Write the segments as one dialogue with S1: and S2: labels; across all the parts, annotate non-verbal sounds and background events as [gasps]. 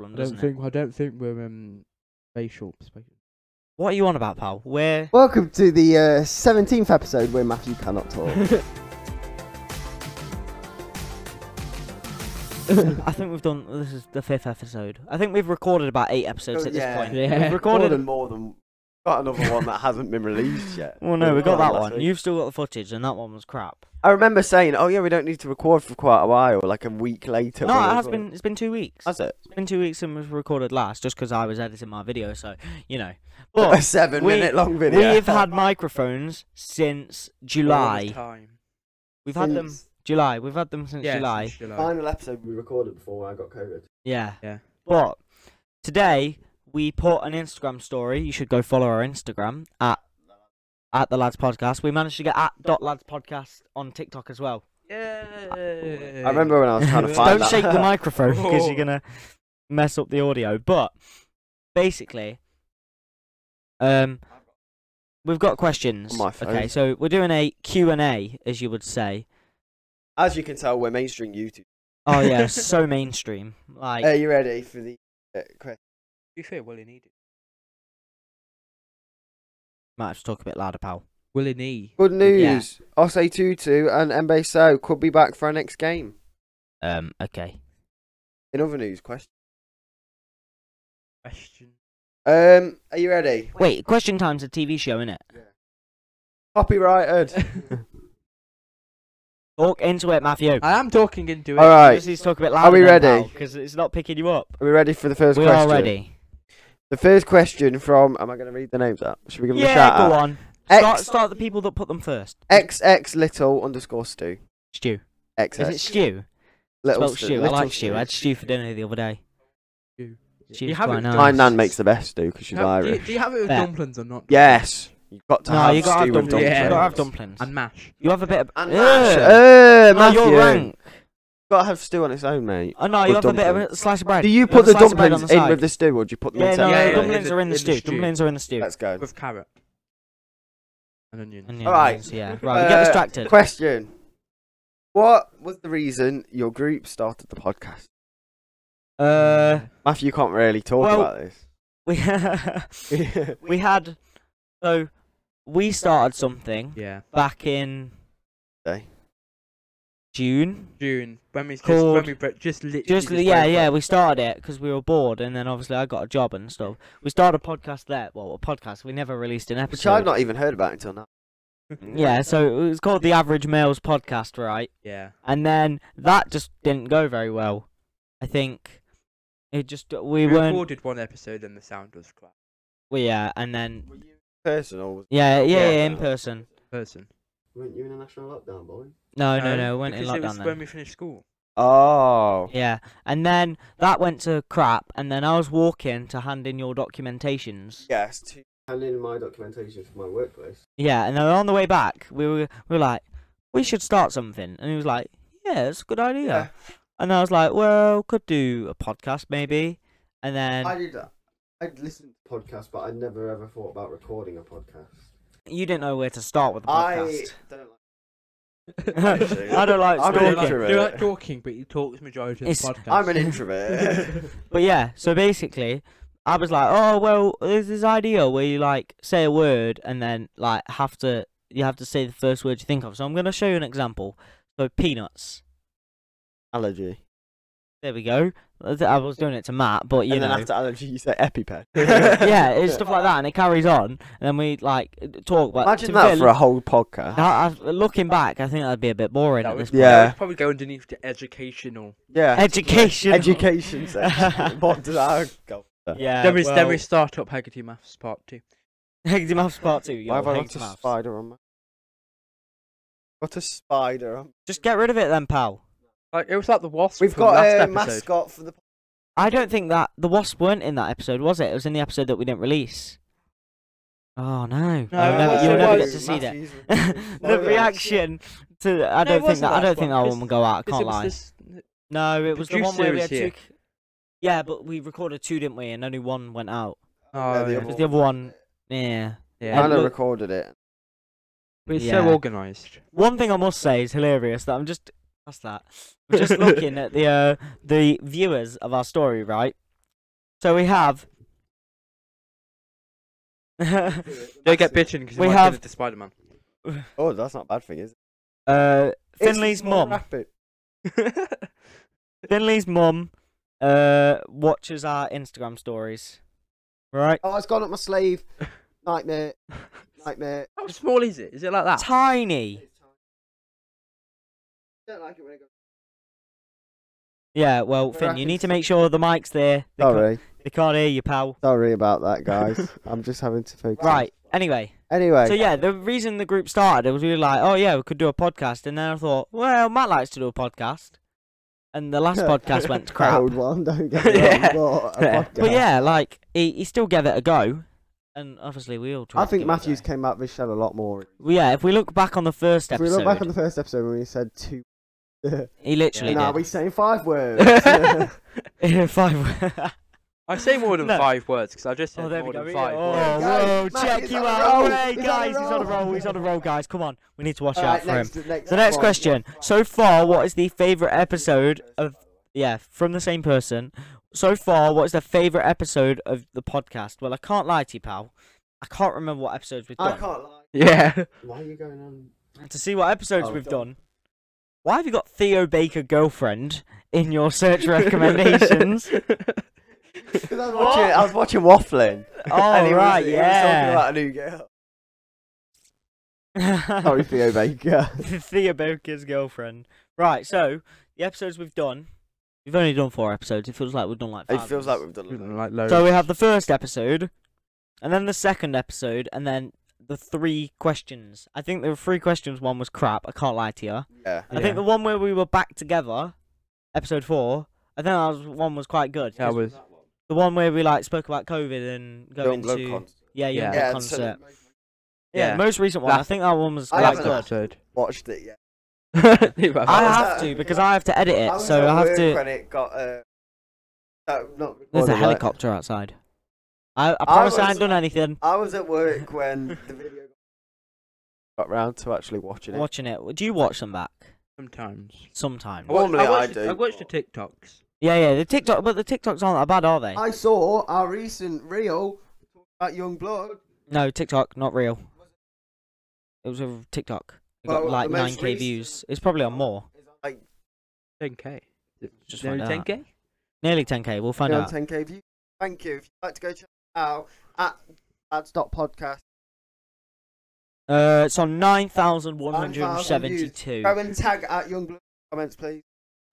S1: one,
S2: I
S1: doesn't
S2: don't
S1: it?
S2: think I don't think we're um facial perspective.
S1: What are you on about, pal? Where?
S3: Welcome to the uh, 17th episode where
S2: [laughs]
S3: Matthew cannot [laughs] talk.
S1: I think we've done. This is the fifth episode. I think we've recorded about eight episodes
S3: Oh,
S1: at this
S3: yeah.
S1: point.
S2: Yeah.
S1: We've
S3: More
S1: recorded.
S3: than more than got [laughs] another one that hasn't been released yet.
S1: Well, no, we got
S3: Last
S1: that one.
S3: week.
S1: You've still got the footage, and that one was crap.
S3: I remember saying, "Oh yeah, we don't need to record for quite a while." Like a week later.
S1: No,
S3: we
S1: it has
S3: recorded.
S1: been. It's been two weeks.
S3: Has it?
S1: It's been two weeks since we recorded last, just because I was editing my video. So you
S3: [laughs]
S1: know.
S3: a
S1: But
S3: seven-minute-long video.
S1: we've had microphones since July.
S2: Time.
S1: We've had them
S3: Since
S1: July. We've had them since
S2: Yeah,
S1: July.
S2: since July.
S3: Final episode we recorded before I got COVID.
S1: Yeah.
S2: Yeah.
S1: But today we put an Instagram story. You should go follow our Instagram at at the lads podcast. We managed to get at dot lads podcast on TikTok as well.
S2: Yeah.
S3: I remember when I
S2: [laughs]
S3: was trying to find
S1: Don't
S3: that.
S1: shake
S3: [laughs]
S1: the microphone because
S2: Oh.
S1: you're gonna mess up the audio. But basically, um, we've got questions.
S3: my
S1: Okay,
S3: phone.
S1: so we're doing a Q and A, as you would say.
S3: As you can tell, we're mainstream YouTube.
S1: Oh
S3: [laughs]
S1: yeah, so mainstream. Like,
S3: Are you ready for the uh, question?
S2: To be fair, Willie needed.
S1: might have to talk a bit louder, pal.
S2: Willie Nee.
S3: Good
S1: Yeah.
S3: news. Osei Tutu and Mbe So could be back for our next game.
S1: Um, okay.
S3: In other news, question.
S2: [laughs] Question.
S3: Um, are you ready?
S1: Wait, Question Time's a TV show, innit?
S3: Copyrighted.
S1: Talk into it, Matthew.
S2: I am talking into it.
S3: All right.
S1: Just need to talk a bit louder.
S3: Are we ready?
S1: Because it's not picking you up.
S3: Are we ready for the first
S1: we
S3: question?
S1: are ready.
S3: The first question from. Am I going to read the names out? Should we give them a shout
S1: Yeah,
S3: out?
S1: go on.
S3: X-
S1: Start, start the people that put them first.
S3: XX little underscore Stu.
S1: Stew.
S3: XX.
S1: Is it stew?
S3: little
S1: Spelt stew. I
S3: little
S1: like stew. I had stew for dinner the other day.
S2: Stew.
S1: Stew's quite
S2: You haven't
S1: nice.
S2: done
S3: My nan makes the best stew because she's
S2: Have- do, you,
S3: Irish.
S2: do you have it with
S1: Fair.
S2: dumplings or not?
S3: Yes. You've got to
S1: No,
S3: have
S1: you gotta
S3: stew
S1: have
S3: with
S1: dumplings.
S2: dumplings.
S1: You gotta have
S2: Yeah.
S1: dumplings.
S2: And mash.
S1: You have a bit of.
S3: And
S1: Ugh.
S3: mash. Uh,
S1: Oh,
S3: Matthew.
S1: you're rank.
S3: Got to have stew on its own, mate.
S1: Oh, no,
S3: With
S1: you have a bit of a
S3: dumplings.
S1: slice of bread.
S3: Do you
S1: have
S3: put
S1: a
S3: the
S1: slice of bread
S3: dumplings
S1: on the
S3: in
S1: side.
S3: with the stew, or do you put them
S1: Yeah,
S3: in
S1: no,
S2: Yeah,
S3: separately?
S2: yeah,
S1: dumplings
S2: in
S1: are
S2: the-
S1: in the
S2: in the
S1: stew.
S2: stew.
S1: Dumplings are in the stew.
S3: Let's go.
S2: With carrot. And onions.
S1: And yeah,
S3: Alright.
S1: onions, Yeah, right. we get
S3: Uh,
S1: distracted.
S3: Question: What was the reason your group started the podcast?
S1: Uh,
S3: Matthew, you can't really talk
S1: Well-
S3: about this.
S1: Uh, [laughs]
S3: [laughs]
S1: we we had so we started something
S2: yeah.
S1: back in
S3: Day.
S1: June.
S2: June. When we just,
S1: Called-
S2: when we bre- just literally.
S1: Just
S2: just
S1: yeah,
S2: broke
S1: yeah,
S2: up.
S1: we started it because we were bored, and then obviously I got a job and stuff. We started a podcast there. Well, a podcast. We never released an
S3: Which I've
S1: episode.
S3: not even heard about until now.
S2: [laughs]
S1: Yeah, so it was called the Average Males Podcast, right?
S2: Yeah.
S1: And then that just didn't go very well. I think it just we
S2: We
S1: weren't.
S2: recorded one episode and the sound was crap.
S1: Well, yeah, and then
S3: Were you personal?
S1: yeah, yeah,
S3: Yeah.
S1: yeah, in person.
S2: Person.
S3: Weren't you in a national lockdown, boy?
S1: No, no, no. Went in
S2: because
S1: lockdown.
S2: it was
S1: then.
S2: when we finished school.
S3: Oh.
S1: Yeah, and then that went to crap, and then I was walking to hand in your documentations.
S3: Yes. To hand in my documentation for my workplace.
S1: Yeah, and then on the way back, we were we were like, we should start something, and he was like, yeah, it's a good idea. And I was like, well, could do a podcast maybe, and then
S3: I did. I'd listened to podcasts, but I never ever thought about recording a podcast.
S1: you didn't know where to start with the podcast.
S3: don't like.
S1: [laughs] I don't like
S3: I'm an
S1: stalking.
S3: introvert.
S2: You're not talking, but you talk the majority of
S1: It's-
S2: the podcast.
S3: I'm
S1: [laughs]
S3: an introvert.
S1: But yeah, so basically, I was like, oh well, there's this idea where you like say a word and then like have to you have to say the first word you think of. So I'm gonna show you an example. So peanuts.
S3: allergy.
S1: There we go. I th- I was doing it to Matt, but you
S3: and
S1: know,
S3: then after [laughs] allergy, you say EpiPen.
S1: [laughs] yeah,
S3: [laughs]
S1: it's stuff like that, and it carries on, and then we like talk. But to
S3: Imagine
S1: be
S3: that
S1: fair,
S3: for a whole podcast.
S1: I- I- looking back, I think that'd be a bit boring
S2: That
S1: at this
S2: would,
S1: point.
S3: Yeah.
S2: that would probably go underneath the educational.
S3: yeah.
S1: Education.
S3: [laughs]
S1: [laughs]
S3: Education section. what does that go? for?
S1: yeah.
S2: then, we, then we
S1: well-
S2: start up Haggerty Maths Part 2.
S1: [laughs] Hexy Maths part two.
S3: Why
S1: Yo,
S3: have I got
S1: Hexy
S3: a
S1: Maths.
S3: spider on my? Got a spider on.
S1: Just get rid of it then, pal.
S2: Like, it was like the wasp.
S3: We've
S2: from last
S3: got a
S2: episode.
S3: mascot for the.
S1: I don't think that the wasp weren't in that episode, was it? It was in the episode that we didn't release. Oh no!
S2: No,
S1: I'll never,
S2: no,
S1: you'll
S2: it
S1: never get
S2: was-
S1: to see that.
S3: No,
S1: [laughs] the
S3: it
S1: reaction to I
S2: No, it
S1: don't think
S2: wasn't
S1: that I
S2: last
S1: don't think that
S2: one, 'cause-
S1: one will go out. I
S2: 'Cause
S1: can't
S2: it was
S1: lie.
S2: this-
S1: no, it was the one
S2: producer
S1: where we
S2: was
S1: had
S2: here.
S1: two. c- Yeah, but we recorded two, didn't we? And only one went out.
S2: Oh,
S3: the
S2: yeah.
S3: other
S1: It's the other one. Yeah.
S2: Yeah.
S1: And
S3: Anna
S1: look-
S3: recorded it.
S2: But it's
S1: Yeah.
S2: so organised.
S1: One thing I must say is hilarious that I'm just
S3: [laughs]
S1: past that. I'm just looking at the uh, the viewers of our story, right? So we have. [laughs] uh,
S2: Don't get bitching because
S1: We
S2: we
S1: have-
S2: have the Spider Man.
S3: Oh, that's not a bad thing, is it?
S1: uh,
S3: It's a
S1: Finley's
S3: small
S1: mum.
S3: rabbit.
S1: Finley's mum. Uh, watches our Instagram stories. Right.
S3: Oh, it's gone up my sleeve. Nightmare. Nightmare.
S2: [laughs] How small is it? Is it
S3: Ah.
S2: like that?
S1: Tiny.
S3: Don't like it when it goes.
S1: Yeah. Well, Finn, you need to make sure the mic's there. They can't,
S3: Sorry,
S1: they can't hear you, pal.
S3: sorry about
S1: [laughs]
S3: that, guys. I'm just having to focus.
S1: Right. Anyway.
S3: Anyway,
S1: So yeah, the reason the group started was we were like, oh yeah, we could do a podcast, and then I thought, well, Matt likes to do a podcast, and the
S3: [laughs]
S1: last podcast went to crap. [laughs]
S3: Cold one. Don't get me
S2: Yeah.
S3: wrong. But, a
S2: Yeah.
S3: podcast.
S1: But yeah, like he, he still gave it a go, and obviously we all. Tried
S3: I
S1: to
S3: think
S1: give it a
S3: Matthews
S1: go.
S3: came out of his shell a lot more.
S1: Well, yeah, if we look back on the first
S3: If
S1: episode,
S3: we look back on the first episode when we said two. [laughs]
S1: he literally
S3: and are
S1: did.
S3: we saying five
S1: [laughs]
S3: words? [laughs]
S1: five.
S2: I say more
S1: [laughs]
S2: than
S1: No.
S2: five words because I just said
S1: oh, there we
S2: more
S1: go.
S2: than
S1: we-
S2: five
S1: oh,
S2: words.
S3: Guys,
S1: whoa,
S3: Matt,
S1: check
S3: he's
S1: you
S3: on a
S1: out.
S3: roll.
S1: Hey,
S3: He's on a
S1: guys, he's on a roll.
S3: roll.
S1: He's on a roll, guys. Come on, we need to watch out
S3: Alright,
S1: for him.
S3: next, next
S1: So next
S3: one.
S1: question. So far, what is the favorite episode of yeah from the same person? So far, what is the favorite episode of the podcast? Well, I can't lie to you, pal. I can't remember what episodes we've
S3: I
S1: done.
S3: can't lie.
S2: Yeah.
S3: Why are you going on? [laughs]
S1: To see what episodes
S3: Oh,
S1: we've
S3: done.
S1: done. Why have you got Theo Baker girlfriend in your search
S2: [laughs]
S3: [laughs]
S1: recommendations?
S3: Because I was
S1: What?
S3: watching, I was watching waffling.
S1: Oh,
S3: and he was-
S1: right,
S3: he was
S1: yeah.
S3: talking about a new girl. [laughs] Oh, Sorry, Theo Baker.
S1: [laughs] Thea Baker's girlfriend. Right, so the episodes we've done, we've only done four episodes. It feels like we've done like
S3: It
S1: five.
S3: feels
S1: of us.
S3: like we've done. a lot.
S2: like loads.
S1: So we have the first episode, and then the second episode, and then the three questions. I think there were three questions. One was crap. I can't lie to you.
S3: Yeah.
S1: I think the one where we were back together, episode four. I think that was, one was quite good.
S2: Yeah, I
S1: 'cause
S2: was.
S1: The one where we like spoke about COVID and going
S3: Young Blood
S1: to
S3: Con-
S1: yeah, Young
S2: Yeah.
S1: Blood
S3: Yeah, and so
S1: concert.
S3: the-
S1: yeah,
S2: Yeah.
S1: the most recent one. I
S2: Last-
S1: think that one was
S3: I
S1: quite
S3: haven't
S1: good.
S2: episode.
S3: watched it. Yeah.
S2: [laughs]
S1: I
S3: was
S1: have
S3: at-
S1: to because I have to edit it, so I have to.
S3: When it got. Uh, no, not
S1: There's
S3: recorded,
S1: a
S3: like-
S1: helicopter outside. I, I promise I
S3: was-
S1: ain't done anything.
S3: I was at work
S1: [laughs]
S3: when the video got round to actually watching it.
S1: Watching it. Do you watch them back
S2: Sometimes.
S1: sometime?
S3: wa- Normally I
S2: watched-
S3: do.
S2: I watched the TikToks.
S1: Yeah, yeah. The TikTok, but the TikToks aren't that bad, are they?
S3: I saw our recent reel about Young Blood.
S1: No, TikTok, not real. It was a TikTok. It got
S3: Well,
S1: like
S3: the most
S1: 9k
S3: recent-
S1: views. It's probably on more.
S3: Like
S2: 10k.
S1: Just
S2: Nearly
S1: find out.
S2: 10k.
S1: Nearly 10k. We'll find
S3: around
S1: out.
S3: 10k views. Thank you. If you'd like to go check it out at ads.podcast.
S1: Uh, it's on
S3: 9,172.
S1: 9,172.
S3: Go and tag at Young Blood comments, please.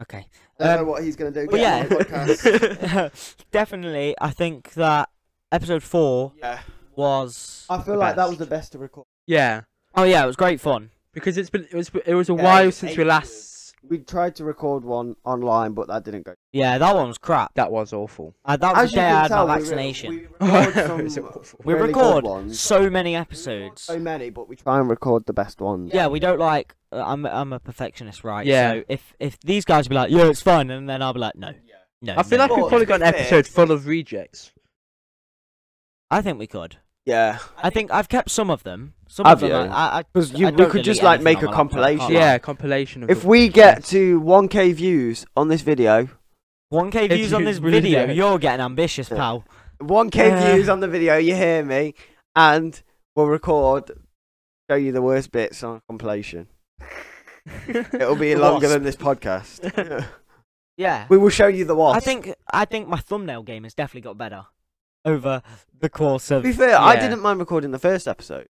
S1: Okay.
S3: I don't
S1: Um,
S3: know what he's going to do.
S1: but
S3: get him on
S1: [laughs]
S3: the podcast.
S1: Definitely, I think that episode four
S3: yeah.
S1: was.
S3: I feel
S1: the
S3: like that was the
S1: best.
S3: best to record.
S2: yeah,
S1: Oh yeah, it was great fun.
S2: because it's been it was it was a
S3: Yeah,
S2: while
S3: it's
S2: since we
S3: ages.
S2: last.
S3: We tried to record one online, but that didn't go.
S1: Yeah, that one was crap.
S2: That was
S3: [laughs]
S2: awful.
S1: Uh, that was
S3: As
S1: the day
S3: you
S1: I
S3: can
S1: had
S3: tell,
S1: my
S3: we re-
S1: vaccination.
S3: We
S2: [laughs]
S3: [laughs] record
S2: It's
S3: some
S2: awful.
S1: We
S3: really
S1: record
S3: good ones.
S1: so many
S3: record
S1: episodes.
S3: So many, but we try and record the best ones.
S1: Yeah, we don't like. uh, I'm I'm a perfectionist, right?
S2: Yeah.
S1: So if if these guys be like, yeah, it's fine, and then I'll be like, no, no.
S2: I feel
S1: no,
S2: like
S1: no."
S2: we've
S3: Well,
S2: probably got an
S3: to be fair-
S2: episode full of rejects.
S1: I think we could.
S3: Yeah.
S1: I think I've kept some of them. Some
S3: Have
S1: of them.
S3: you?
S1: I, I,
S3: Because
S1: I
S3: we
S1: don't
S3: could
S1: delete
S3: just like
S1: anything
S3: make
S1: on
S3: a
S1: my laptop, I
S3: compilation.
S1: can't
S2: Yeah,
S1: lie.
S2: compilation of.
S3: If
S2: the-
S3: we get to 1k views on this video,
S1: One K views on
S2: you
S1: this
S2: really
S1: video,
S2: don't.
S1: you're getting ambitious,
S3: Yeah.
S1: pal.
S3: 1k
S1: Uh.
S3: views on the video, you hear me, and we'll record, show you the worst bits on compilation. It'll
S1: [laughs]
S3: be
S1: The
S3: longer
S1: wasp.
S3: than this podcast. [laughs]
S1: Yeah.
S3: we will show you the wasp.
S1: I think I think my thumbnail game has definitely got better over the course
S3: To
S1: of
S3: be fair, I
S2: Yeah.
S3: didn't mind recording the first episode.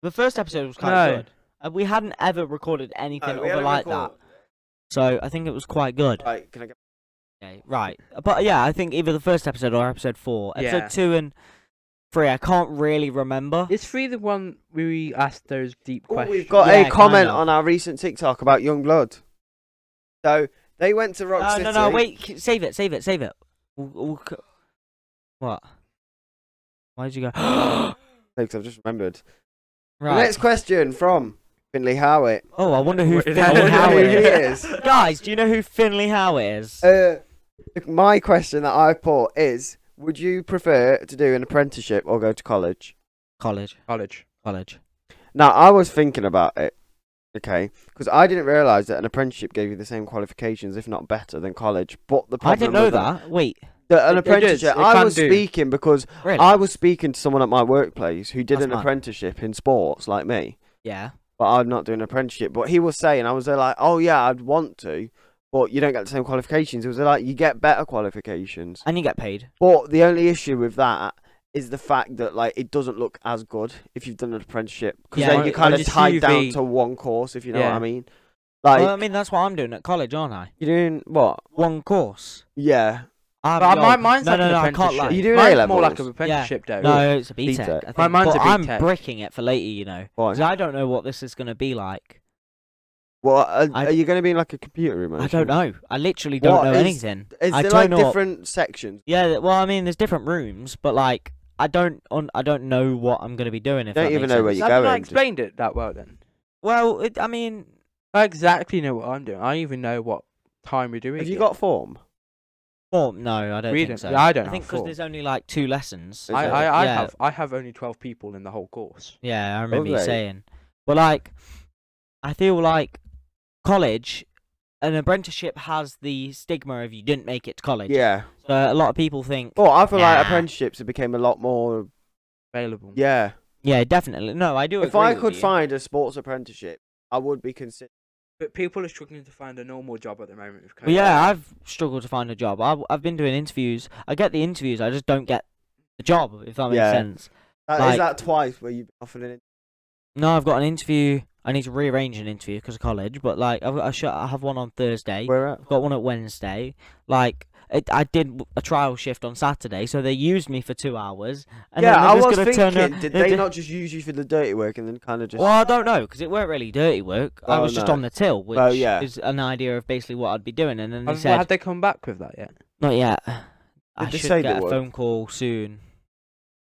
S1: the first episode was kind
S2: No.
S1: of good. Uh, we hadn't ever recorded
S3: Uh,
S1: anything over like that, so I think it was quite good.
S3: Right, can I get...
S1: Okay, right. Uh, But yeah, I think either the first episode or episode four, episode
S2: Yeah.
S1: two and three. I can't really remember.
S2: Is three the one we asked those deep
S3: Well,
S2: questions?
S3: we've got
S1: Yeah,
S3: a comment
S1: kinda.
S3: on our recent TikTok about Young Blood. So they went to Rock
S1: No,
S3: City.
S1: Uh, no, no. Wait, c- save it, save it, save it. We'll, we'll c- what? Why did you go? [gasps]
S3: Because I've just remembered. The
S1: right.
S3: next question from Finley Howitt.
S1: Oh, I wonder who
S2: [laughs] Wait,
S1: Finley
S2: I
S3: wonder who
S1: Howard
S3: he
S1: is.
S3: is.
S1: Guys, do you know who Finley Howard is?
S3: Uh, my question that I put is: Would you prefer to do an apprenticeship or go to college?
S1: college,
S2: college.
S1: college.
S3: Now, I was thinking about it, okay, because I didn't realise that an apprenticeship gave you the same qualifications, if not better, than college. But the
S1: I
S3: problem
S1: didn't know
S3: with
S1: that. Wait,
S3: the, an
S2: It- it does,
S3: apprenticeship.
S2: it
S3: I
S2: can
S3: was
S2: do.
S3: speaking because
S1: Really?
S3: I was speaking to someone at my workplace who did
S1: That's
S3: an
S1: mad.
S3: apprenticeship in sports, like me.
S1: yeah.
S3: But I'm not doing an apprenticeship. But he was saying, I was there like, oh yeah, I'd want to, but you don't get the same qualifications. It was like you get better qualifications.
S1: And you get paid.
S3: But the only issue with that is the fact that like it doesn't look as good if you've done an apprenticeship because
S1: Yeah.
S3: then
S1: On-
S3: you're kind
S2: on
S3: of
S2: your
S3: tied down
S2: CV.
S3: to one course, if you know what
S2: Yeah.
S3: I mean. Like
S1: well, I mean, that's what I'm doing at college, aren't I?
S3: you're doing what?
S1: One course.
S3: Yeah,
S1: I've
S3: Uh,
S2: But my,
S1: got-
S2: mine's
S1: no,
S2: like
S1: no,
S2: an
S1: no, I
S2: apprenticeship.
S1: can't lie.
S3: You do
S2: mine's
S3: A
S2: more like an
S3: levels?
S2: apprenticeship though.
S1: No, it's a BTEC. I
S3: BTEC. My
S1: think,
S2: mine's
S1: but
S2: a
S1: I'm
S2: BTEC.
S1: bricking it for later, you know.
S3: fine.
S1: 'Cause I don't know what this is going to be like.
S3: Well, are,
S1: I-
S3: uh, are you going to be in like a computer room? or
S1: I
S3: something?
S1: don't know. I literally don't
S3: What
S1: know
S3: is-
S1: anything.
S3: Is
S1: I
S3: there like
S1: don't know what-
S3: different sections?
S1: Yeah, th- well, I mean, there's different rooms, but like, I don't, un- I don't know what I'm going to be doing. If
S3: Don't
S1: that
S3: even
S1: makes
S3: know where
S1: sense.
S3: you
S2: I haven't I
S3: going, just-
S2: explained it that well then.
S1: Well, it, I mean,
S2: I exactly know what I'm doing. I even know what time we're doing.
S3: Have you
S2: it.
S3: got a form?
S1: form? No, I don't
S2: We
S1: think
S2: don't-
S1: so.
S2: yeah, I don't
S1: I
S2: have
S1: think because
S2: form.
S1: there's only like two lessons.
S3: Is
S2: I,
S3: it?
S2: I, I
S1: Yeah.
S2: have I have only twelve people in the whole course.
S1: Yeah, I remember you
S3: Okay.
S1: saying. But like, I feel like college, an apprenticeship has the stigma of you didn't make it to college.
S3: Yeah.
S1: So a lot of people think,
S3: Well, I feel
S1: Nah.
S3: like apprenticeships have became a lot more.
S2: Available.
S3: Yeah.
S1: yeah, definitely. No, I do.
S3: If
S1: agree
S3: I
S1: with
S3: could
S1: you.
S3: find a sports apprenticeship, I would be considered.
S2: But people are struggling to find a normal job at the moment with COVID.
S1: Well, yeah, I've struggled to find a job. I've I've been doing interviews. I get the interviews. I just don't get the job. If that makes
S3: Yeah.
S1: sense.
S3: That,
S1: Like-
S3: is that twice where you've been offered an?
S1: No, I've got an interview. I need to rearrange an interview because of college. But like, I've got a sh- I have one on Thursday.
S3: Where at?
S1: I've got one at Wednesday. Like, it, I did w- a trial shift on Saturday, so they used me for two hours. And
S3: yeah,
S1: then they're
S3: I
S1: just
S3: was
S1: gonna
S3: thinking.
S1: turn ar-
S3: did
S1: they're
S3: they
S1: ju-
S3: not just use you for the dirty work and then kind of just?
S1: Well, I don't know because it weren't really dirty work. I
S3: Oh,
S1: was just
S3: no.
S1: on the till, which
S3: Oh, yeah.
S1: is an idea of basically what I'd be doing. And then they
S2: Have,
S1: said,
S2: have they come back with that yet?
S1: "Not yet. I
S3: Did they
S1: should
S3: say they
S1: get a
S3: would?
S1: phone call soon."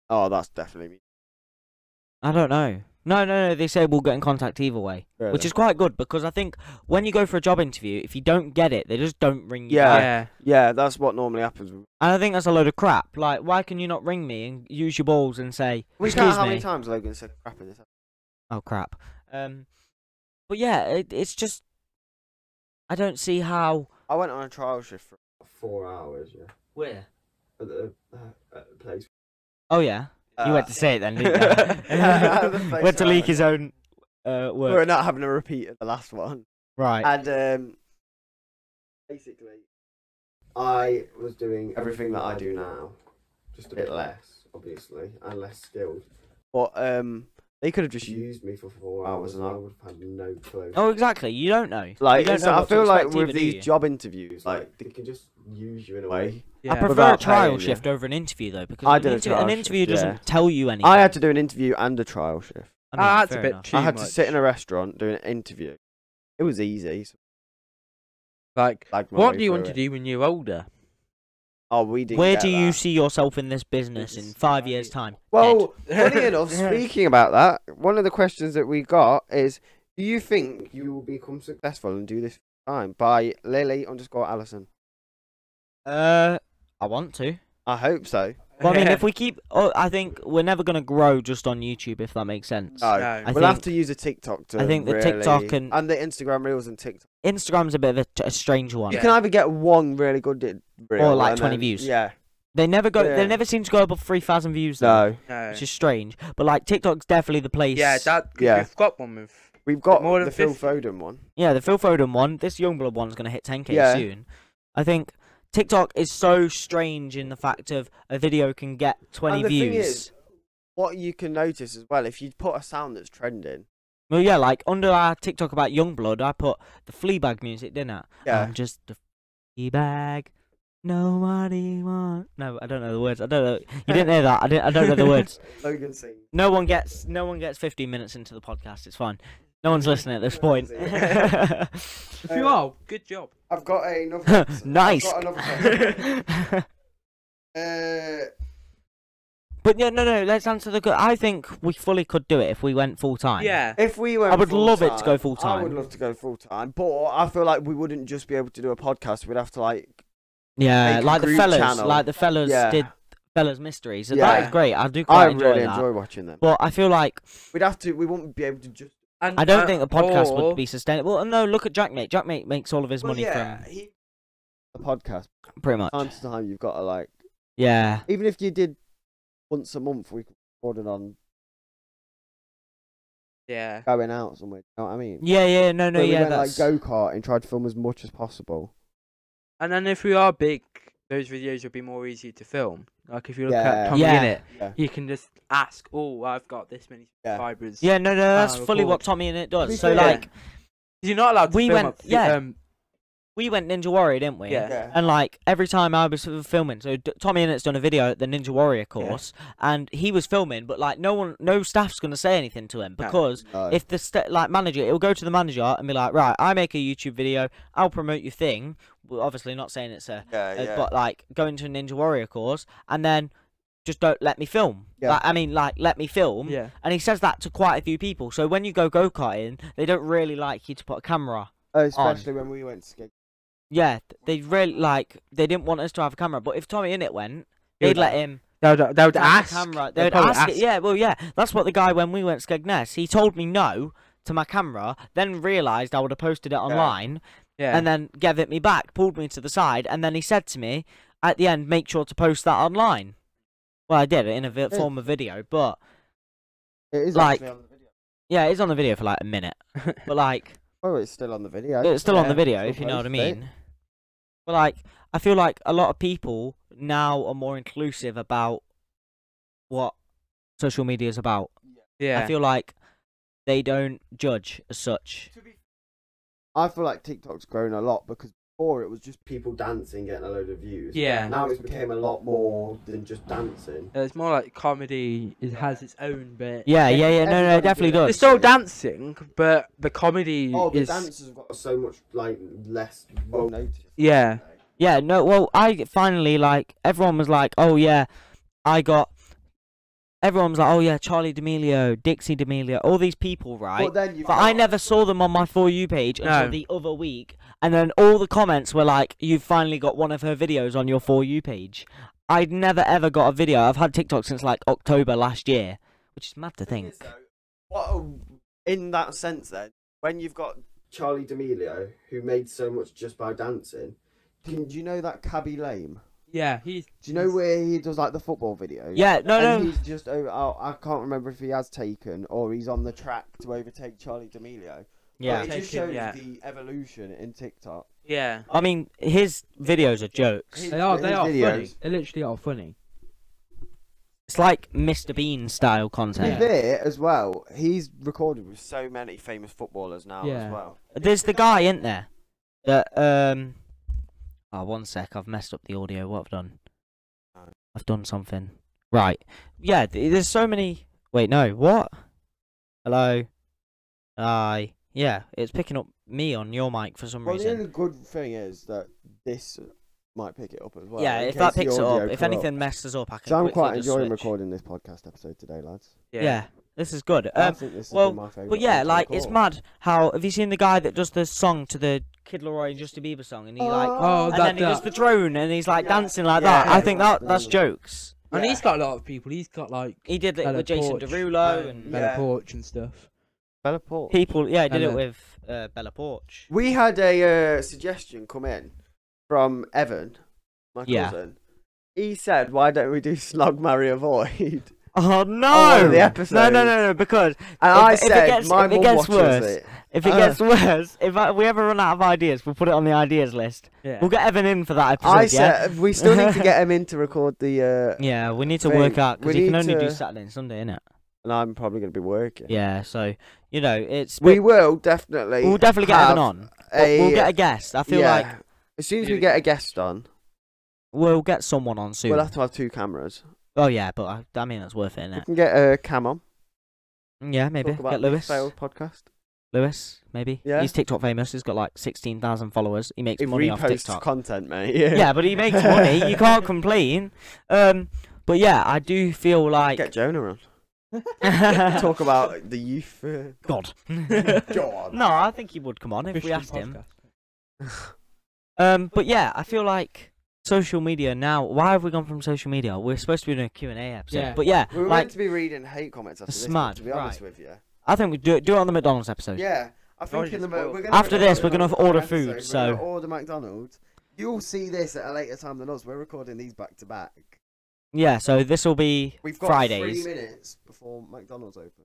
S3: Oh, that's definitely me.
S1: I don't know. No, no, no. They say we'll get in contact either way, which is quite good because I think when you go for a job interview, if you don't get it, they just don't ring you.
S3: Yeah.
S1: back.
S2: yeah.
S3: yeah, that's what normally happens.
S1: And I think that's a load of crap. Like, why can you not ring me and use your balls and say,
S3: We
S1: "Excuse
S3: can't. How
S1: me"?
S3: many times Logan said crap in this?
S1: Oh crap. Um, but yeah, it, it's just I don't see how.
S3: I went on a trial shift for four hours. Yeah,
S1: Where?
S3: at the uh, at the place.
S1: Oh yeah, you
S3: Uh,
S1: had to say it then, didn't
S3: [laughs]
S1: [laughs]
S3: The
S1: you?
S3: place
S1: Went to
S3: where I
S1: leak
S3: was.
S1: his own uh, work.
S3: We're not having a repeat of the last one.
S1: Right.
S3: And um, basically, I was doing everything that I do now, just a bit less, obviously, and less skilled. But um, they could have just used me for four hours, and I would have had no clue.
S1: oh, exactly. You don't know. You
S3: Like,
S1: don't
S3: it's-
S1: know
S3: I
S1: what to
S3: feel like
S1: expect either,
S3: with
S1: do
S3: these
S1: you?
S3: job interviews, like they can just use you in a way.
S1: I
S2: Yeah.
S1: prefer a
S3: without
S1: trial
S3: paying you.
S1: shift over an interview though, because
S3: I
S1: an,
S3: did a
S1: interview,
S3: trial
S1: an
S3: shift,
S1: interview
S3: yeah.
S1: doesn't tell you anything.
S3: I had to do an interview and a trial shift.
S1: I mean,
S2: Ah, that's a
S1: fair
S2: bit
S1: enough.
S2: too
S3: I had
S2: much.
S3: to sit in a restaurant doing an interview. It was easy. So
S2: Like,
S3: I lagged my
S2: what
S3: way
S2: do you want
S3: through
S2: to
S3: it.
S2: do when you're older?
S3: Oh, we didn't.
S1: Where
S3: get
S1: do you
S3: that.
S1: see yourself in this business in
S2: It's-
S1: five years' time? Dead.
S3: Well,
S1: [laughs]
S3: funny enough, speaking about that, one of the questions that we got is Do you think you will become successful and do this time? By Lily underscore Allison.
S1: uh, I want to.
S3: I hope so.
S1: Well, I mean,
S2: [laughs]
S3: [laughs]
S1: if we keep, oh, I think we're never gonna grow just on YouTube, if that makes sense.
S3: No.
S1: I
S3: we'll have
S1: think-
S3: to use a TikTok to.
S1: I think the
S3: really-
S1: TikTok and-
S3: the Instagram reels and TikTok.
S1: Instagram's a bit of a, t- a strange one.
S3: You
S2: Yeah.
S3: can either get one really good di- reel
S1: like
S3: and
S1: 20
S3: then-
S1: views.
S3: Yeah.
S1: They never go. They
S3: Yeah.
S1: never seem to go above three thousand views though,
S3: No.
S2: no.
S1: which is strange. But like TikTok's definitely the place.
S2: Yeah, that.
S3: Yeah.
S2: Yeah. We've got one with.
S3: We've got
S2: More
S3: the
S2: than
S3: Phil
S2: 50.
S3: Foden one.
S1: yeah. The Phil Foden one. This Youngblood one's gonna hit ten k
S3: Yeah.
S1: soon. I think TikTok is so strange in the fact of a video can get twenty
S3: And the
S1: views.
S3: thing is, what you can notice as well, if you put a sound that's trending,
S1: well, yeah, like under our TikTok about Youngblood, I put the Fleabag music, didn't I?
S3: yeah,
S1: I'm just a flea bag. Nobody wants. No, I don't know the words. I don't know. You didn't hear that. I didn't. I don't know the
S3: [laughs]
S1: words.
S3: Logan sings.
S1: No one gets. No one gets 15 minutes into the podcast. It's fine. No one's listening at
S3: [laughs]
S1: this point.
S2: If you
S3: Uh,
S2: are, good job.
S3: I've got another.
S1: [laughs] nice.
S3: I've got another question.
S1: [laughs]
S3: Uh,
S1: but yeah, no, no. Let's answer the. que- I think we fully could do it if we went full time.
S2: Yeah.
S3: if we went,
S1: I would love it to go
S3: full-time,
S1: full-time.
S3: I would love to go full time, but I feel like we wouldn't just be able to do a podcast. We'd have to like,
S1: Yeah,
S3: Make a
S1: like the
S3: group
S1: fellas,
S3: channel.
S1: like the fellas
S3: Yeah.
S1: did fellas mysteries. So that
S3: Yeah.
S1: is great. I do
S3: I
S1: quite enjoy
S3: really
S1: that.
S3: enjoy watching them.
S1: But I feel like
S3: We'd have to. We wouldn't be able to just.
S2: And,
S1: I don't
S2: uh,
S1: think the podcast
S2: or-
S1: would be sustainable. Well, no, look at Jackmate. Jackmate makes all of his money from
S3: the podcast.
S1: pretty much.
S3: Time to time, you've got to like,
S1: yeah,
S3: even if you did once a month, we could record it on
S2: Yeah.
S3: going out somewhere. You know what I mean?
S1: yeah, yeah. No, no,
S3: Where we
S1: yeah.
S3: went
S1: That's
S3: like go kart and tried to film as much as possible.
S2: And then if we are big, those videos will be more easy to film. Like if you look
S3: Yeah.
S2: at Tommy
S1: Yeah.
S2: in it,
S3: Yeah.
S2: you can just ask, "Oh, I've got this many
S3: Yeah.
S2: subscribers."
S1: yeah, no, no. That's
S2: Ah,
S1: fully what
S2: record.
S1: Tommy and it
S3: Oh, We
S1: does. So
S3: did.
S1: like,
S2: You're not allowed to
S1: We
S2: film
S1: went-
S2: up to-
S1: yeah.
S2: um,
S1: we went Ninja Warrior, didn't we?
S2: Yeah.
S1: And like every time I was filming, so D- Tommy Innett's done a video at the Ninja Warrior course, and he was filming, but like no one, no staff's gonna say anything to him
S2: No.
S1: because
S3: No.
S1: if the st- like manager, it'll go to the manager and be like, right, I make a YouTube video, I'll promote your thing. Well, obviously not saying it's a,
S3: Uh, yeah,
S1: a- Uh, but like going to a Ninja Warrior course, and then just don't let me film.
S3: Yeah.
S1: Like, I mean, like let me film.
S2: yeah.
S1: And he says that to quite a few people. So when you go go karting, they don't really like you to put a camera
S3: Oh, especially when we went skiing.
S1: yeah, th- they really like they didn't want us to have a camera. But if Tommy Innit went, they'd let him
S2: They would, they
S1: have
S2: would ask.
S1: the camera.
S2: They'd
S1: They'd
S2: probably
S1: ask, it.
S2: ask.
S1: Yeah, well, yeah, that's what the guy when we went Skegness, he told me no to my camera, then realised I would have posted it online,
S2: Yeah.
S1: and then gave it me back, pulled me to the side, and then he said to me at the end, make sure to post that online. Well, I did it in a vi-
S3: Hey.
S1: form of video, but
S3: It is
S1: Like-
S3: actually on the video.
S1: yeah, it's on the video for like a
S2: [laughs]
S1: minute. But like,
S3: Oh, it's still on the video.
S1: it's still on the
S2: Yeah,
S1: video,
S3: still
S1: if you know what I
S3: posted it.
S1: mean. But like, I feel like a lot of people now are more inclusive about what social media is about.
S2: yeah.
S1: I feel like they don't judge as such.
S3: I feel like TikTok's grown a lot because before it was just people dancing getting a load of views.
S2: yeah.
S3: Now it's became a lot more than just dancing.
S2: It's more like comedy. It has its own bit.
S1: Yeah, yeah, yeah. No, no,
S3: everybody
S1: it definitely
S3: does.
S2: It's
S1: does.
S2: still dancing, but the comedy
S3: Oh, the
S2: is.
S3: dancers have got so much like less well noticed.
S2: Yeah.
S1: Yeah, no. Well, I finally like everyone was like, "Oh yeah, I got." Everyone was like, "Oh yeah, Charlie D'Amelio, Dixie D'Amelio, all these people, right?"
S3: But then you've
S1: But I
S3: got-
S1: never saw them on my For You page until
S2: No.
S1: the other week, and then all the comments were like, "You've finally got one of her videos on your For You page." I'd never ever got a video. I've had TikTok since like October last year, which is mad to
S3: thing
S1: think.
S3: is, though, What a- in that sense, then, when you've got Charlie D'Amelio who made so much just by dancing, can, do you know that Cabby Lame?
S2: Yeah. He's.
S3: Do you know where he does like the football video?
S1: Yeah, no,
S3: and
S1: no,
S3: he's just over. Oh, I can't remember if he has taken or he's on the track to overtake Charlie D'Amelio.
S1: yeah.
S3: but it just
S2: Taken,
S3: shows
S2: yeah.
S3: the evolution in TikTok.
S2: Yeah.
S1: I mean, his videos are jokes.
S3: His-
S2: They are.
S3: his
S2: They are funny.
S3: videos-
S2: They literally are funny.
S1: It's like Mr. Bean style
S3: To be
S1: content.
S3: fair, as well, he's recorded with so many famous footballers now
S2: Yeah.
S3: as well.
S1: There's the guy, isn't there? That um. Oh, one sec. I've messed up the audio. What I've done?
S3: No.
S1: I've done something. Right. Yeah. th- There's so many. Wait. No. What? Hello. Hi. Yeah. It's picking up me on your mic for some
S3: Well, the
S1: reason.
S3: only good thing is that this might pick it up as well.
S1: yeah.
S3: in
S1: If that
S3: case the
S1: picks it
S3: audio
S1: up, if
S3: corrupts.
S1: anything messes up, I can.
S3: So I'm
S1: quickly
S3: quite
S1: just
S3: enjoying
S1: switch.
S3: recording this podcast episode today, lads.
S1: Yeah.
S2: Yeah.
S1: This is good.
S3: I
S1: Um.
S3: think this has
S1: well,
S3: been my favourite.
S1: But yeah,
S3: one to
S1: like it's
S3: record.
S1: mad how have you seen the guy that does the song to the Kid Laroi and Justin Bieber song, and he like
S2: Oh,
S1: and
S2: that-
S1: then he does the drone and he's like
S3: Yeah.
S1: dancing like
S3: Yeah,
S1: that. I think
S3: that's
S1: that that's
S3: brilliant.
S1: jokes.
S2: And
S3: Yeah.
S2: he's got a lot of people. He's got like
S1: He did it
S2: Bella
S1: with Jason
S2: Porch.
S1: Derulo and
S3: Yeah.
S2: Bella Porch and stuff.
S3: Bella Paul.
S1: people. Yeah, he did it
S2: Bella.
S1: with uh, Bella Porch.
S3: We had a uh, suggestion come in from Evan, my
S1: Yeah.
S3: cousin. He said, "Why don't we do Slug Marry Avoid?" [laughs]
S1: Oh
S3: one
S1: no! no,
S3: of the
S1: no,
S3: episodes.
S1: no, no! Because
S3: And
S1: If-
S3: I
S1: if it
S3: said,
S1: gets-
S3: "My
S1: if it
S3: mum
S1: gets
S3: watches
S1: worse,
S3: it."
S1: if it
S3: Uh.
S1: gets worse, if I, we ever run out of ideas, we'll put it on the ideas list.
S2: Yeah.
S1: We'll get Evan in for that episode.
S3: I
S1: yeah?
S3: said we still need
S1: [laughs]
S3: to get him in to record the. Uh,
S1: Yeah, we need to
S3: Mate,
S1: work out because
S3: we
S1: he can
S3: need
S1: only do
S3: to-
S1: Saturday and Sunday, innit?
S3: And I'm probably going to be working.
S1: Yeah, so you know it's
S3: We will definitely.
S1: we'll definitely get
S3: have
S1: Evan on.
S3: A,
S1: We'll- we'll get a guest. I feel
S3: yeah.
S1: like
S3: as soon as we get a guest on,
S1: we'll get someone on soon.
S3: we'll have to have two cameras.
S1: Oh yeah, but I, I mean that's worth it,
S3: We
S1: innit?
S3: can get a cam on.
S1: Mm, Yeah, maybe
S3: talk about
S1: get
S3: the
S1: Lewis.
S3: failed podcast.
S1: Lewis, maybe.
S3: Yeah.
S1: He's TikTok famous. He's got like sixteen thousand followers. He makes
S3: It
S1: money off
S3: reposts
S1: TikTok.
S3: content, mate. [laughs]
S1: yeah, but he makes money. You can't complain. Um, but yeah, I do feel like [laughs]
S3: Get Jonah on.
S1: God.
S3: Talk about the youth. Uh,
S1: [laughs]
S3: [laughs] God.
S1: no, I think he would come on if we
S2: Christian
S1: asked him.
S2: podcast.
S1: Um, but yeah, I feel like social media now. Why have we gone from social media? We're supposed to be doing a Q and A episode,
S2: Yeah.
S1: but yeah,
S3: We were
S1: like
S3: meant to be reading hate comments after
S1: That's
S3: this,
S1: mad,
S3: to be honest with you.
S1: I think we do it, do it on the McDonald's episode.
S3: Yeah. I
S2: Sorry,
S3: think in the,
S2: just
S3: mo-
S2: spoiled.
S3: we're gonna
S1: After this, we're gonna
S3: McDonald's
S1: order
S3: episode,
S1: food,
S3: We're
S1: so-
S3: gonna order McDonald's, You'll see this at a later time than us. We're recording these back to back.
S1: Yeah, so this will be
S3: We've got
S1: Fridays.
S3: three minutes before McDonald's open.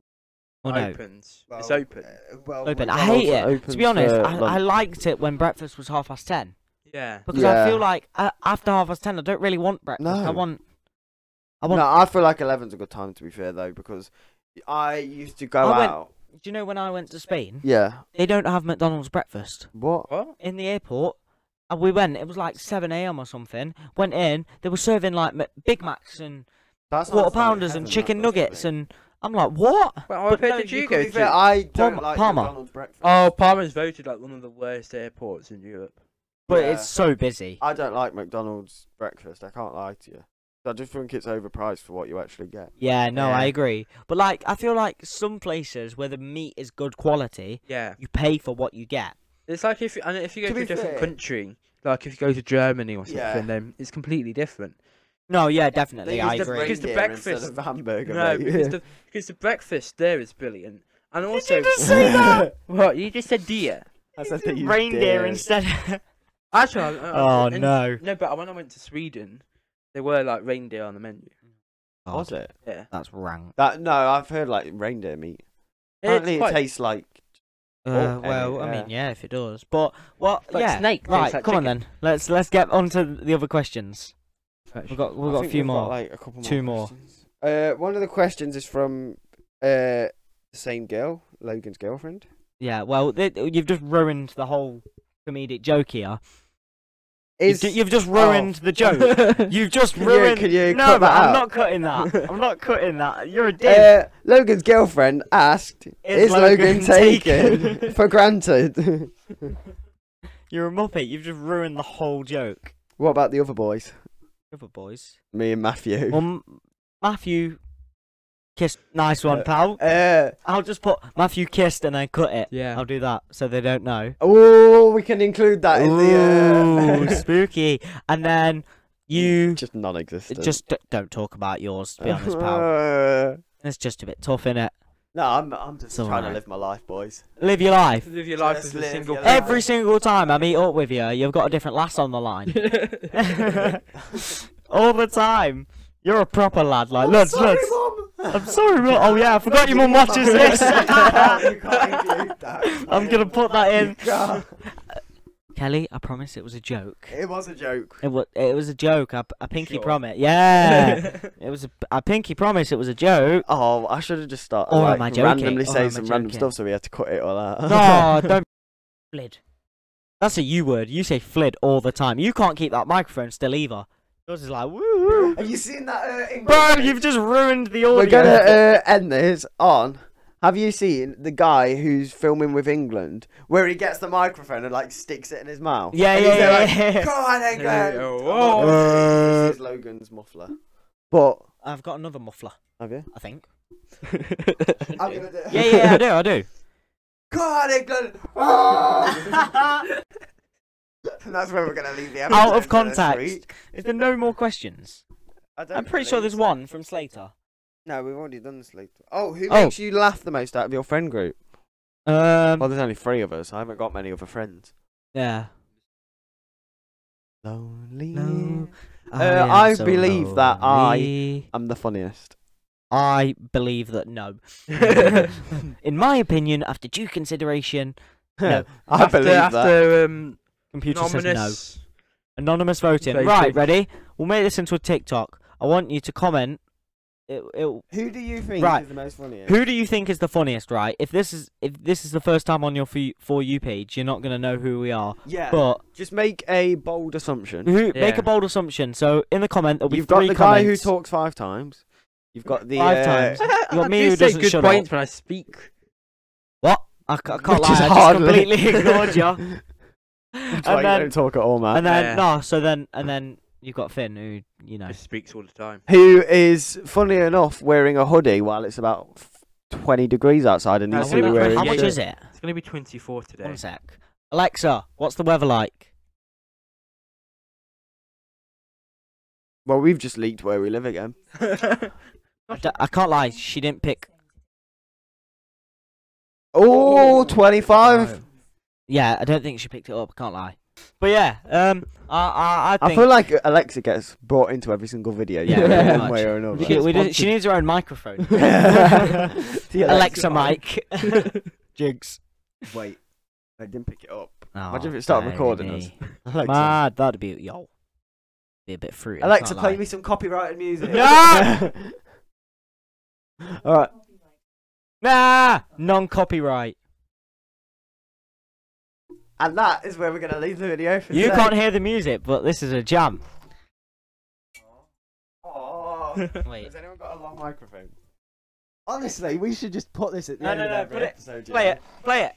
S1: Or oh, no,
S2: Opens.
S3: Well,
S2: it's open.
S3: uh, well,
S1: open. I
S3: McDonald's
S1: hate
S3: are
S1: it.
S3: open
S1: To be honest,
S3: for
S1: I, I
S3: lunch.
S1: liked it when breakfast was half past ten
S2: yeah.
S1: because
S3: Yeah.
S1: I feel like uh, after half past ten, I don't really want breakfast. I
S3: No.
S1: want. I want.
S3: No, I feel like 11's a good time to be fair though because I used to go
S1: I went-
S3: out.
S1: Do you know when I went to Spain,
S3: Yeah.
S1: they don't have McDonald's breakfast
S3: What?
S2: What?
S1: in the airport. And we went. It was like seven a.m. or something. Went in. They were serving like Mc- Big Macs and
S3: That's
S1: quarter pounders and chicken nuggets, and I'm like, what?
S2: Well, what
S1: But
S2: airport
S1: no,
S2: did
S1: you
S2: you
S1: could
S2: go
S1: be
S2: to?
S1: fair,
S3: I don't
S1: Palmer-
S3: like
S1: Palmer.
S3: McDonald's breakfast.
S2: oh, Palmer's voted like one of the worst airports in Europe.
S1: But
S3: Yeah.
S1: it's so busy.
S3: I don't like McDonald's breakfast. I can't lie to you. I just think it's overpriced for what you actually get.
S1: Yeah, no, I
S2: Yeah.
S1: agree. But like, I feel like some places where the meat is good quality,
S2: Yeah.
S1: you pay for what you get.
S2: It's like if you, and if you go
S3: To
S2: to,
S3: be
S2: a different
S3: fair-
S2: country, like if you go to Germany or something,
S3: Yeah.
S2: then it's completely different.
S1: No, yeah, definitely,
S3: They
S1: I
S3: used to
S1: agree.
S2: Because the
S3: reindeer instead
S2: breakfast-
S3: of hamburger.
S2: no,
S3: mate.
S2: because
S3: [laughs]
S2: the because the breakfast there is brilliant, and also
S1: just
S2: [laughs]
S1: say that?
S2: what you just said, dear.
S3: I said that you
S1: Reindeer
S3: did. [laughs]
S1: instead.
S2: Actually, I- I-
S1: oh
S2: in-
S1: no.
S2: no, but when I went to Sweden, there were like reindeer on the menu.
S3: Was it?
S2: Yeah,
S1: Oh, That's rank.
S3: That no, I've heard like reindeer meat. Apparently,
S2: it's quite,
S3: it tastes like.
S1: Uh,
S3: Okay,
S1: well, I mean, yeah, if it does, but well,
S2: it's like
S1: yeah.
S2: snake. tastes
S1: Right,
S2: like
S1: come on
S2: chicken.
S1: then. Let's let's get on to the other questions.
S2: Actually.
S1: We've got
S3: I
S1: we've got a
S3: think
S1: few
S3: we've
S1: more.
S3: like a couple
S1: Two more.
S3: questions. Uh, one of the questions is from uh the same girl, Logan's girlfriend.
S1: Yeah. Well, th- you've just ruined the whole comedic joke here.
S3: Is Oh.
S1: You've, ju- you've just ruined the
S3: [laughs]
S1: joke.
S2: [laughs]
S1: You've just
S3: Can you-
S1: ruined.
S3: can you
S1: no,
S3: cut that
S1: I'm
S3: out?
S1: not cutting that. I'm
S3: [laughs]
S1: not cutting that. You're a dick.
S3: Uh, Logan's girlfriend asked, "Is, [laughs] Logan, taken, [laughs] for granted?" [laughs]
S1: You're a muppet. You've just ruined the whole joke.
S3: what about the other boys?
S1: Other boys.
S3: Me and Matthew.
S1: Well, M- Matthew kissed. Nice one, pal.
S3: Uh,
S1: I'll just put Matthew kissed and then cut it.
S2: Yeah. [laughs]
S1: I'll do that so they don't know.
S3: oh, we can include that in
S1: Ooh,
S3: [laughs] the.
S1: spooky. And then
S3: Uh,
S1: you
S3: just non-existent.
S1: just d- don't talk about yours.
S3: [laughs]
S1: To be honest, pal.
S3: Uh,
S1: It's just a bit tough, innit?
S3: no, I'm, I'm just
S1: It's
S3: trying to
S1: alright.
S3: live my life, boys.
S1: Live your life.
S2: Live your life
S3: Just
S2: as a
S3: live
S2: single.
S3: your life.
S1: Every single time I meet up with you, you've got a different lass on the line. All the time. You're a proper lad, like, lads, lads.
S3: [laughs]
S1: I'm sorry, mum. Oh, yeah, I forgot your mum watches this. [laughs] I'm
S3: [laughs]
S1: going to put that in. Kelly, I promise it was a joke.
S3: It was a joke.
S1: It was, it was a joke. I, I pinky
S2: Sure.
S1: promise. Yeah. [laughs] it was a, I pinky promise it was a [laughs] joke.
S3: Oh, I should have just started
S1: Or am I
S3: like,
S1: joking?
S3: randomly
S1: Or am
S3: saying
S1: I
S3: some random
S1: joking?
S3: stuff, so we had to cut it all out.
S1: No,
S3: [laughs]
S1: don't. Flid. That's a U word. You say flid all the time. You can't keep that microphone still either. Yours is like, woo.
S3: Have you seen that? Uh,
S1: Bro, you've just ruined the audio.
S3: We're gonna uh, end this on. Have you seen the guy who's filming with England, where he gets the microphone and like sticks it in his mouth?
S1: Yeah,
S3: And
S1: yeah,
S3: he's there
S1: yeah,
S3: like,
S1: yeah,
S3: [laughs]
S1: oh, yeah.
S3: Come on, England.
S2: Yeah,
S3: I'm
S2: whoa.
S3: not- this is Logan's muffler. But
S1: I've got another muffler,
S3: have you?
S1: I think.
S3: [laughs] I'm gonna do. it.
S1: Yeah, yeah, I do, I do.
S3: [laughs] Come on, England. [laughs] Oh! and that's where we're gonna leave the
S1: Out of
S3: episode for this
S1: context.
S3: week.
S1: Is there no more questions?
S3: I don't
S1: I'm pretty sure
S3: believe
S1: there's one from Slater.
S3: No, we've already done this later. Oh, who
S1: Oh.
S3: makes you laugh the most out of your friend group? Well,
S1: Um,
S3: there's only three of us. I haven't got many other friends.
S1: yeah.
S3: Lonely.
S1: No.
S3: Uh,
S1: am
S3: I believe that I-
S1: lonely.
S3: I'm the funniest.
S1: I believe that no.
S2: [laughs]
S1: In my opinion, after due consideration, No.
S3: [laughs] I believe
S2: after,
S3: that.
S2: after um,
S1: computer says no.
S2: anonymous.
S1: Anonymous voting.
S2: Voting.
S1: Right, ready? We'll make this into a TikTok. I want you to comment. It, it,
S3: Who do you think
S1: Right.
S3: is the most funniest?
S1: who do you think is the funniest? Right? If this is if this is the first time on your for you, for you page, you're not gonna know who we are.
S3: Yeah.
S1: But
S3: Just make a bold assumption.
S1: who, make
S2: Yeah.
S1: a bold assumption. So in the comment, there'll be
S3: You've got
S1: three
S3: the guy who
S1: comments.
S3: talks five times. You've got the
S1: Five
S3: uh, [laughs]
S1: times. You got
S2: I
S1: me
S2: do
S1: who
S2: say
S1: doesn't
S2: good
S1: shut
S2: points when I speak.
S1: What? I, c- I can't
S3: Which
S1: lie.
S3: is
S1: I just
S3: hardly- [laughs]
S1: completely ignored you.
S3: That's why
S1: and
S3: you
S1: then
S3: don't talk at all, man.
S1: and then
S2: Yeah.
S1: no. So then and then you've got Finn, who you know.
S2: Just speaks all the time.
S3: who is funny enough wearing a hoodie while it's about f- 20 degrees outside and
S2: I
S1: I
S3: he's
S2: wanna
S1: wanna
S3: still
S2: be
S1: know
S3: wearing
S1: How much
S2: yeah.
S1: is it?
S2: It's gonna be 24 today. [laughs]
S1: One sec. Alexa, what's the weather like?
S3: Well, we've just leaked where we live again.
S1: I, d- I can't lie. She didn't pick
S3: Oh, 25.
S1: Oh. Yeah, I don't think she picked it up. Can't lie. But yeah, um, I, I, I
S3: I
S1: think
S3: feel like Alexa gets brought into every single video, you
S1: Yeah,
S3: know,
S1: pretty
S3: in
S1: much.
S3: one way or
S1: she,
S3: another.
S4: get-
S1: we just- she
S4: sponsored.
S1: needs her own [laughs] microphone.
S3: [laughs] The
S1: [laughs] Alexa, Mike. Jigs.
S3: Wait, I didn't pick it up. Imagine if it started recording us. Alexa,
S1: Oh, Mad, that'd be yo. Be a bit fruity. I
S3: Alexa
S1: can't
S3: play
S1: lie.
S3: me some
S1: [laughs]
S3: copyrighted music.
S1: No!
S3: [laughs] All right.
S1: Nah, non-copyright.
S3: And that is where we're going to leave the video for
S1: You
S3: today. [laughs]
S1: can't hear the music, but this is a jam.
S3: Oh.
S1: [laughs] Wait,
S3: Has anyone got a long microphone? Honestly, we should just put this at the
S1: No,
S3: end
S1: no,
S3: of
S1: no,
S3: every
S1: put it-
S3: episode.
S1: play
S3: yeah.
S1: it, play it.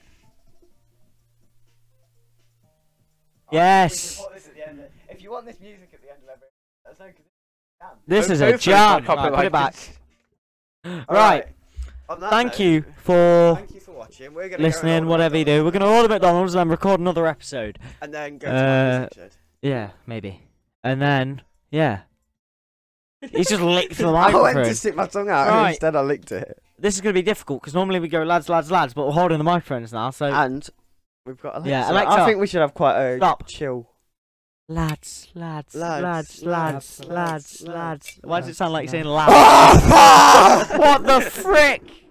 S3: We should
S1: Yes.
S3: put this at the end of- If you want this music at the end of every episode, 'cause
S1: This is a
S2: Hopefully it's not
S1: jam. Right, put it
S2: copyrighted.
S1: back.
S3: it's-
S1: Right. Uh,
S3: On that
S1: Thank
S3: note,
S1: you for
S3: Thank you for watching. We're gonna go and
S1: listening.
S3: order
S1: Whatever you do, we're gonna order McDonald's and then record another episode.
S3: McDonald's And then go to
S1: Uh,
S3: my music shed.
S1: Yeah, maybe. And then, yeah. He's just licked [laughs] the
S3: I
S1: microphone.
S3: went to stick my tongue out,
S1: Right.
S3: and instead I licked it.
S1: This is going to be difficult because normally we go lads, lads, lads, but we're holding the microphones now, so.
S3: And we've got Alexa.
S1: Yeah,
S3: I
S1: Alexa,
S3: think we should have quite a
S1: stop.
S3: chill.
S1: lads, lads, lads,
S3: Lads,
S1: lads,
S3: lads,
S1: lads,
S3: lads,
S1: lads. Why does it sound like you're saying lads? [laughs]
S3: what
S1: what the frick?